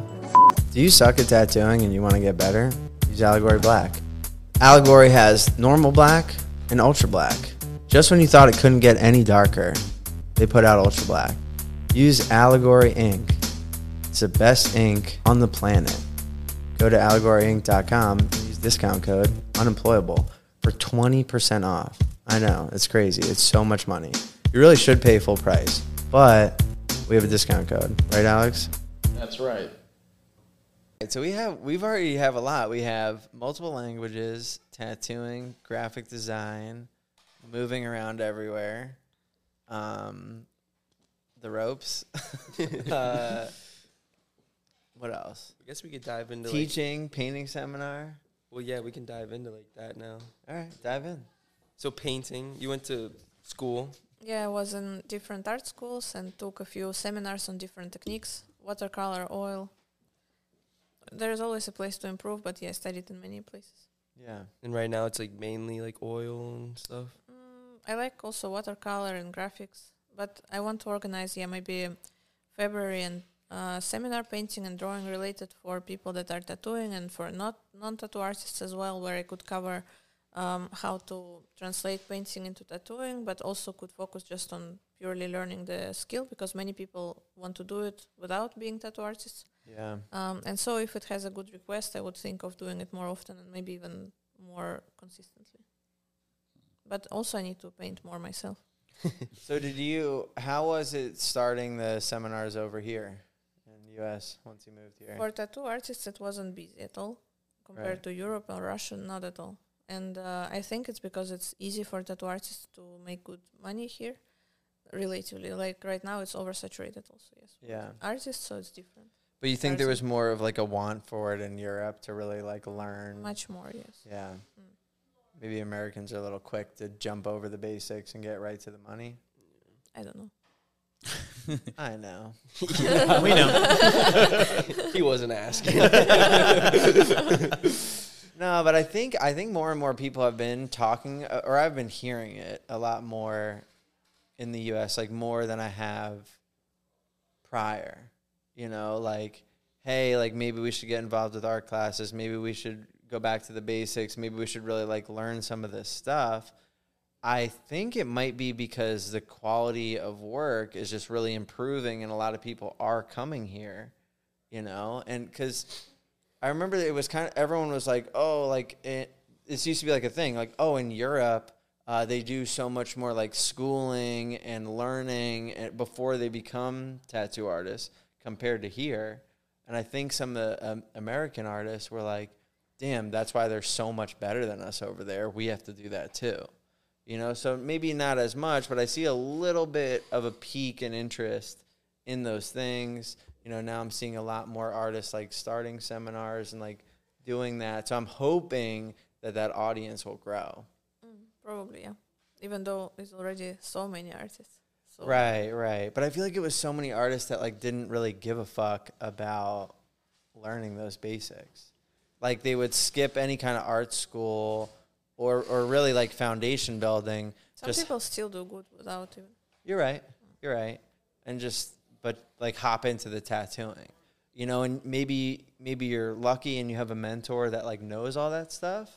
Do you suck at tattooing and you want to get better? Use Allegory Black. Allegory has normal black and ultra black. Just when you thought it couldn't get any darker, they put out ultra black. Use Allegory Ink. It's the best ink on the planet. Go to allegoryinc.com and use discount code unemployable for 20% off. I know, it's crazy. It's so much money. You really should pay full price, but we have a discount code, right, Alex?
That's right.
Right, so we have we've already have a lot. We have multiple languages, tattooing, graphic design, moving around everywhere, um, the ropes. uh, what else?
I guess we could dive into like,
Teaching, painting seminar.
well, yeah, we can dive into like that now.
All right, dive in.
So painting, you went to school.
Yeah, I was in different art schools and took a few seminars on different techniques, watercolor, oil. There is always a place to improve, but yeah, I studied in many places.
Yeah.
And right now it's like mainly like oil and stuff.
Mm, I like also watercolor and graphics, but I want to organize, yeah, maybe February and uh, seminar painting and drawing related for people that are tattooing and for not non-tattoo artists as well, where I could cover um, how to translate painting into tattooing, but also could focus just on purely learning the skill because many people want to do it without being tattoo artists.
Yeah.
Um, and so, if it has a good request, I would think of doing it more often and maybe even more consistently. But also, I need to paint more myself.
So did you? How was it starting the seminars over here in the U.S. once you moved here?
For tattoo artists, it wasn't busy at all compared
Right.
to Europe or Russia, not at all. And uh, I think it's because it's easy for tattoo artists to make good money here, relatively. Like right now, it's oversaturated, also, yes.
yeah.
Artists, so it's different.
But you think there was more of like a want for it in Europe to really like learn?
Much Mm. more, yes.
Yeah. Maybe Americans are a little quick to jump over the basics and get right to the money.
I don't know.
I know.
we know.
he wasn't asking.
No, but I think I think more and more people have been talking, uh, or I've been hearing it a lot more in the U.S. Like more than I have prior. You know, like hey, like maybe we should get involved with art classes. Maybe we should go back to the basics. Maybe we should really like learn some of this stuff. I think it might be because the quality of work is just really improving, and a lot of people are coming here. You know, and because. I remember it was kind of everyone was like, oh, like it, this used to be like a thing, like oh, in Europe uh, they do so much more like schooling and learning and before they become tattoo artists compared to here. And I think some of the um, American artists were like, damn, that's why they're so much better than us over there. We have to do that too. You know, so maybe not as much, but I see a little bit of a peak in interest in those things. You know, now I'm seeing a lot more artists like starting seminars and like doing that. So I'm hoping that that audience will grow.
Probably, yeah. Even though there's already so many artists. So
Right, right. But I feel like it was so many artists that like didn't really give a fuck about learning those basics. Like they would skip any kind of art school or or really like foundation building.
Some people still do good without even.
You're right. You're right. And just but like hop into the tattooing. You know, and maybe maybe you're lucky and you have a mentor that like knows all that stuff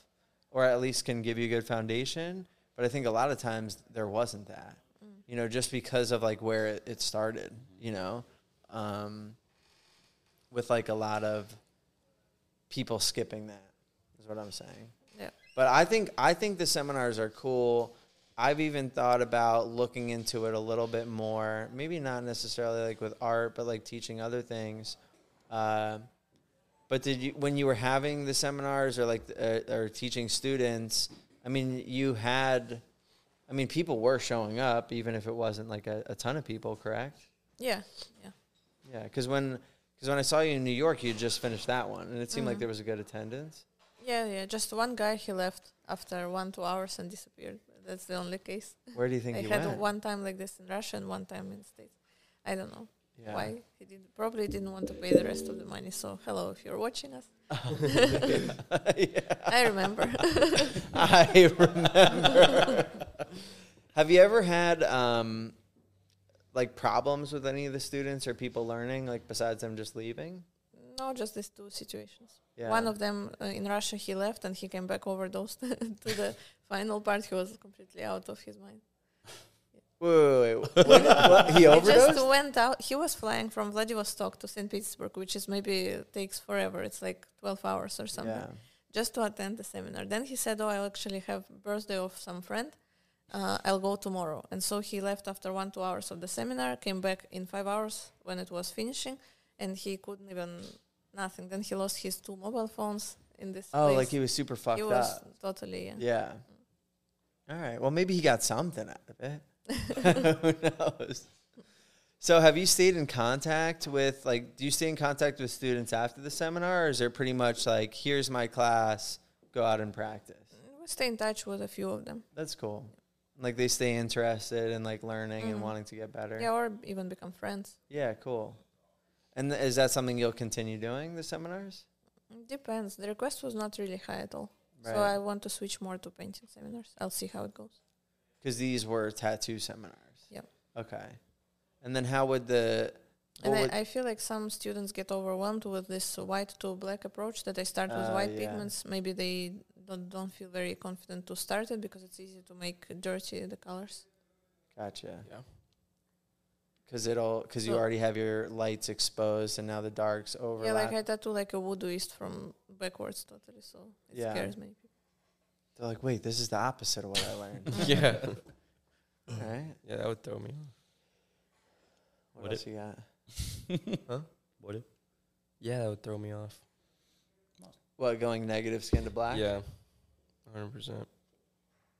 or at least can give you a good foundation, but I think a lot of times there wasn't that. You know, just because of like where it, it started, you know. Um with like a lot of people skipping that is what I'm saying.
Yeah.
But I think I think the seminars are cool. I've even thought about looking into it a little bit more. Maybe not necessarily like with art, but like teaching other things. Uh, but did you when you were having the seminars or like uh, or teaching students? I mean, you had. I mean, people were showing up, even if it wasn't like a, a ton of people. Correct?
Yeah. Yeah.
Yeah, because when because when I saw you in New York, you just finished that one, and it seemed
Mm-hmm.
like there was a good attendance.
Yeah. Yeah. Just one guy, he left after one, two hours and disappeared. That's the only case.
Where do you think
I
you
had
went?
one time like this in Russia and one time in States. I don't know
Yeah.
why. He did, probably didn't want to pay the rest of the money. So, hello, if you're watching us. I remember.
I remember. Have you ever had um, like problems with any of the students or people learning, like besides them just leaving?
no, just these two situations.
Yeah.
One of them uh, in Russia, he left and he came back overdosed to the final part. He was completely out of his mind.
Wait, wait, wait. What? What? he
He
overdosed.
just went out. He was flying from Vladivostok to St. Petersburg, which is maybe takes forever. It's like 12 hours or something.
Yeah.
just to attend the seminar. Then he said, "Oh, I'll actually have birthday of some friend. Uh, I'll go tomorrow." And so he left after one two hours of the seminar, came back in five hours when it was finishing, and he couldn't even nothing. Then he lost his two mobile phones in this.
Oh,
place.
like he was super fucked
He was
up.
totally yeah.
Yeah. All right. Well, maybe he got something out of it. Who knows? So, have you stayed in contact with, like, do you stay in contact with students after the seminar, or is there pretty much like, here's my class, go out and practice?
We stay in touch with a few of them,
That's cool. Like, they stay interested in like learning
Mm-hmm.
and wanting to get better.
yeah, or even become friends.
Yeah, cool. And th- is that something you'll continue doing, the seminars?
Depends. The request was not really high at all, so
Right.
I want to switch more to painting seminars. I'll see how it goes.
Because these were tattoo seminars.
Yep.
Okay. And then how would the.
And
what would-
I, I feel like some students get overwhelmed with this white to black approach that they start with
Ah,
white
yeah.
pigments. Maybe they don't, don't feel very confident to start it because it's easy to make dirty the colors.
Gotcha.
Yeah.
Because it'll because you
So-
already have your lights exposed and now the darks overlap.
Yeah, like I tattoo like a voodooist from backwards totally, so it
Yeah.
scares many people.
They're like, wait, this is the opposite of what I learned.
yeah,
right?
yeah, that would throw me. off.
What,
Would
else you got?
Would it?
Yeah, that would throw me off.
What going negative skin to black?
Yeah, hundred percent.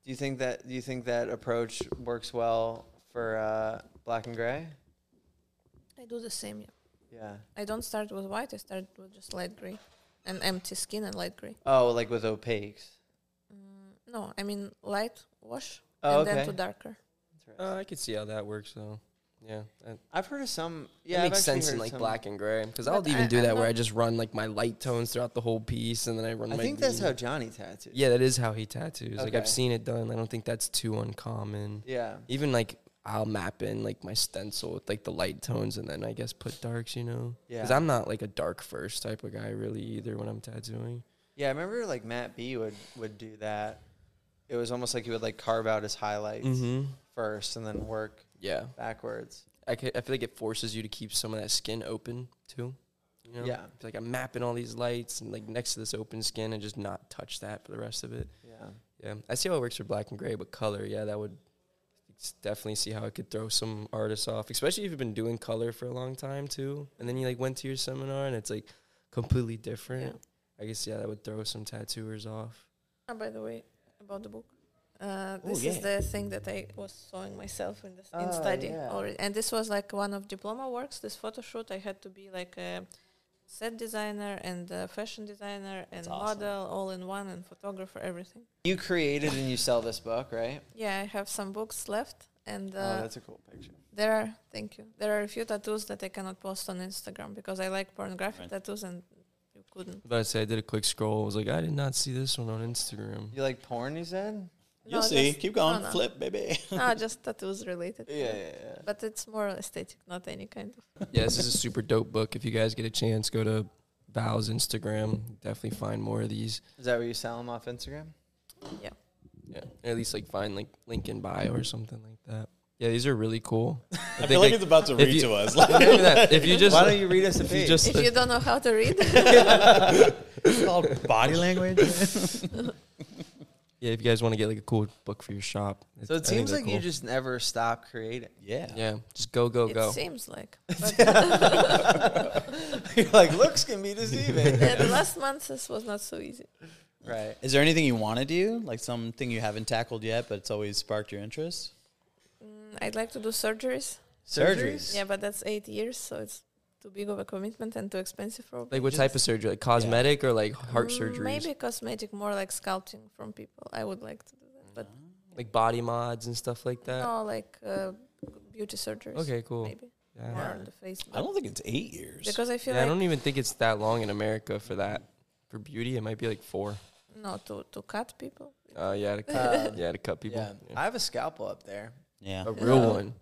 Do you think that do you think that approach works well for uh, black and gray?
I do the same. Yeah,
Yeah.
I don't start with white. I start with just light gray, and empty skin and light gray.
Oh, like with opaques.
Mm, no, I mean light wash
Oh,
and
okay.
then to darker.
Uh, I could see how that works though. Yeah, that,
I've heard of some. Yeah,
yeah,
I've
makes
actually
sense in
heard
like
some-
black and gray because
But
I'll even
I-
do
I'm
that where I
not-
just run like my light tones throughout the whole piece and then I run.
I
my
think that's
green.
how Johnny tattooed.
Yeah, that is how he tattoos. Like
Okay.
I've seen it done. I don't think that's too uncommon.
Yeah.
Even like I'll map in like my stencil with like the light tones and then I guess put darks, you know? Because
Yeah.
I'm not like a dark first type of guy really either when I'm tattooing.
Yeah, I remember like Matt B would would do that. It was almost like he would like carve out his highlights
Mm-hmm.
first and then work
Yeah.
backwards.
I, ca- I feel like it forces you to keep some of that skin open too. You know?
Yeah.
It's like I'm mapping all these lights and like next to this open skin and just not touch that for the rest of it.
Yeah.
Yeah. I see how it works for black and gray, but color, yeah, that would s- definitely see how it could throw some artists off, especially if you've been doing color for a long time too. And then you like went to your seminar and it's like completely different. I guess yeah, that would throw some tattooers off.
Oh, by the way, about the book. Uh,
Oh,
this is
yeah.
the thing that I was sewing myself in, the, s-
Ah,
in
Oh,
study
yeah.
already. And this was like one of diploma works, this photo shoot. I had to be like a set designer and a fashion designer and
That's awesome.
model all in one and photographer, everything.
You created and you sell this book, right?
Yeah, I have some books left. And
oh,
uh,
that's a cool picture.
there are, thank you, there are a few tattoos that I cannot post on Instagram because I like pornographic
Right.
tattoos and you couldn't.
But I say I did a quick scroll. I was like, I did not see this one on Instagram.
You like porn? You said?
You'll
No,
see.
just-
Keep going.
no, no.
Flip, baby.
no, just tattoos related.
Yeah, yeah, yeah.
But it's more aesthetic, not any kind of.
yeah, this is a super dope book. If you guys get a chance, go to Val's Instagram. Definitely find more of these.
Is that where you sell them off Instagram?
Yeah, at least like find like link in bio or something like that. Yeah, these are really cool. I,
I
think,
feel like
like-
it's about to
if
read
you-
to us.
Not even that. if you just
Why don't you read us a
if you
page?
just
If you don't know how to read,
It's called body language.
Yeah, if you guys want to get like a cool book for your shop.
So
I
it
think
seems
they're
like you
cool.
just never stop creating.
yeah.
yeah, just go go
it
go.
seems like. But
You're like, looks can be deceiving.
yeah, the last month this was not so easy.
right.
Is there anything you want to do? Like something you haven't tackled yet, but it's always sparked your interest?
Mm, I'd like to do surgeries.
Surgeries?
Yeah, but that's eight years, so it's too big of a commitment and too expensive probably.
Like what type of surgery? Like cosmetic or like heart
Mm,
surgeries?
Maybe cosmetic, more like sculpting from people. I would like to do that, but
Like body mods and stuff like that.
no, like uh, beauty surgeries.
Okay, cool. Uh,
Maybe
Yeah.
more on the face.
I don't think it's eight years.
because I feel
Yeah, I
like
don't even think it's that long in America for that. For beauty, it might be like four.
no to to cut people.
Uh, yeah, to
Uh,
cut, yeah, to cut people.
Yeah.
Yeah.
I have a scalpel up there.
yeah.
A real
Yeah.
one.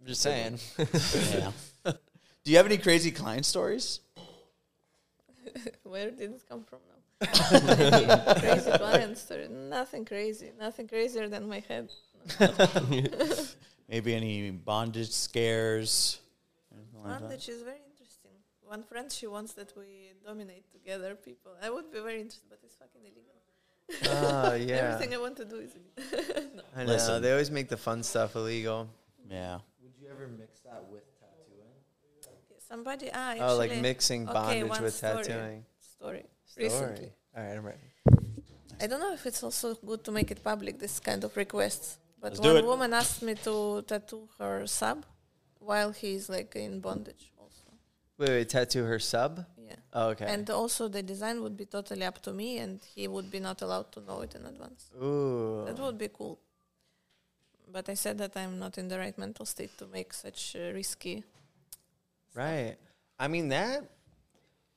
I'm just saying.
yeah. Do you have any crazy client stories?
Where did it come from now? Any crazy client story. Nothing crazy. Nothing crazier than my head.
Maybe any bondage scares? Anything like that?
Bondage is very interesting. One friend she wants that we dominate together people. I would be very interested, but it's fucking illegal.
oh yeah.
Everything I want to do is illegal.
I know.
Listen.
They always make the fun stuff illegal.
Yeah.
Would you ever mix that with tattooing?
Somebody ah actually,
Oh, like mixing
okay,
bondage
one
with
story.
tattooing.
story.
Story.
Recently.
All right, I'm ready.
I don't know if it's also good to make it public, this kind of requests. But
Let's do
one
it.
woman asked me to tattoo her sub while he's like in bondage also.
Wait, wait, tattoo her sub?
Yeah.
Oh, okay.
And also the design would be totally up to me and he would be not allowed to know it in advance.
Ooh.
That would be cool. But I said that I'm not in the right mental state to make such uh, risky.
Right. I mean that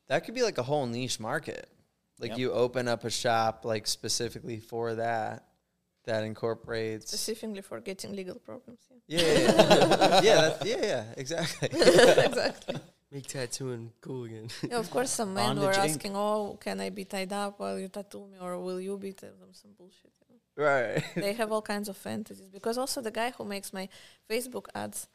that could be like a whole niche market. Like
Yep.
you open up a shop like specifically for that that incorporates
Specifically for getting legal problems.
Yeah, yeah, yeah. yeah, that, yeah, yeah, exactly.
Yeah. exactly.
Make tattooing cool again.
Yeah, of course, some men were
Bondage Inc.
asking, "Oh, can I be tied up while you tattoo me, or will you be?" Tell them some bullshit. you know.
Right.
they have all kinds of fantasies because also the guy who makes my Facebook ads,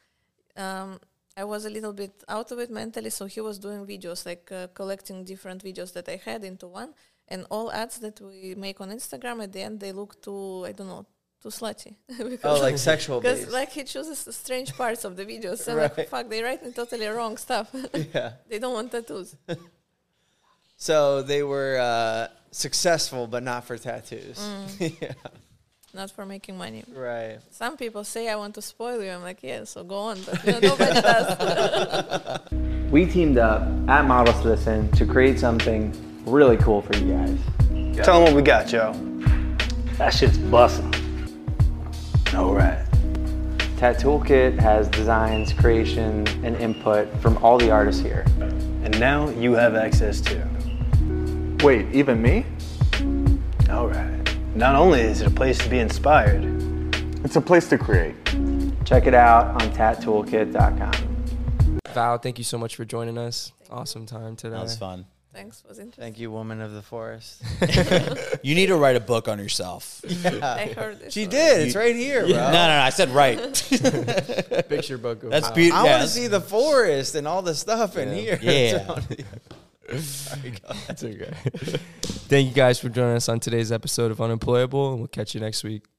um, I was a little bit out of it mentally, so he was doing videos like uh, collecting different videos that I had into one, and all ads that we make on Instagram at the end they look too I don't know too slutty
Oh,
because
like sexual
because
based.
like he chooses the strange parts of the videos. So
Right.
like fuck, they write me totally wrong stuff.
yeah.
they don't want tattoos.
So they were uh, successful, but not for tattoos.
Mm.
yeah.
Not for making money.
Right.
Some people say I want to spoil you. I'm like, yeah, so go on. But no, nobody does.
We teamed up at Models to Listen to create something really cool for you guys.
Tell them what we got, Joe. That shit's bussin'. All right.
Tattoo Kit has designs, creation, and input from all the artists here.
And now you have access to. Wait, even me? All right. Not only is it a place to be inspired, it's a place to create.
Check it out on tattoolkit.com.
Val, thank you so much for joining us. awesome time today.
That was fun.
Thanks, was interesting.
Thank you, woman of the forest.
You need to write a book on yourself.
I heard this.
She did. It's right here, bro.
No, no, no. I said right.
Picture book. of
That's
Val.
I
beautiful.
want to see the forest and all the stuff in here.
Yeah.
That's okay. Thank you guys for joining us on today's episode of Unemployable, and we'll catch you next week.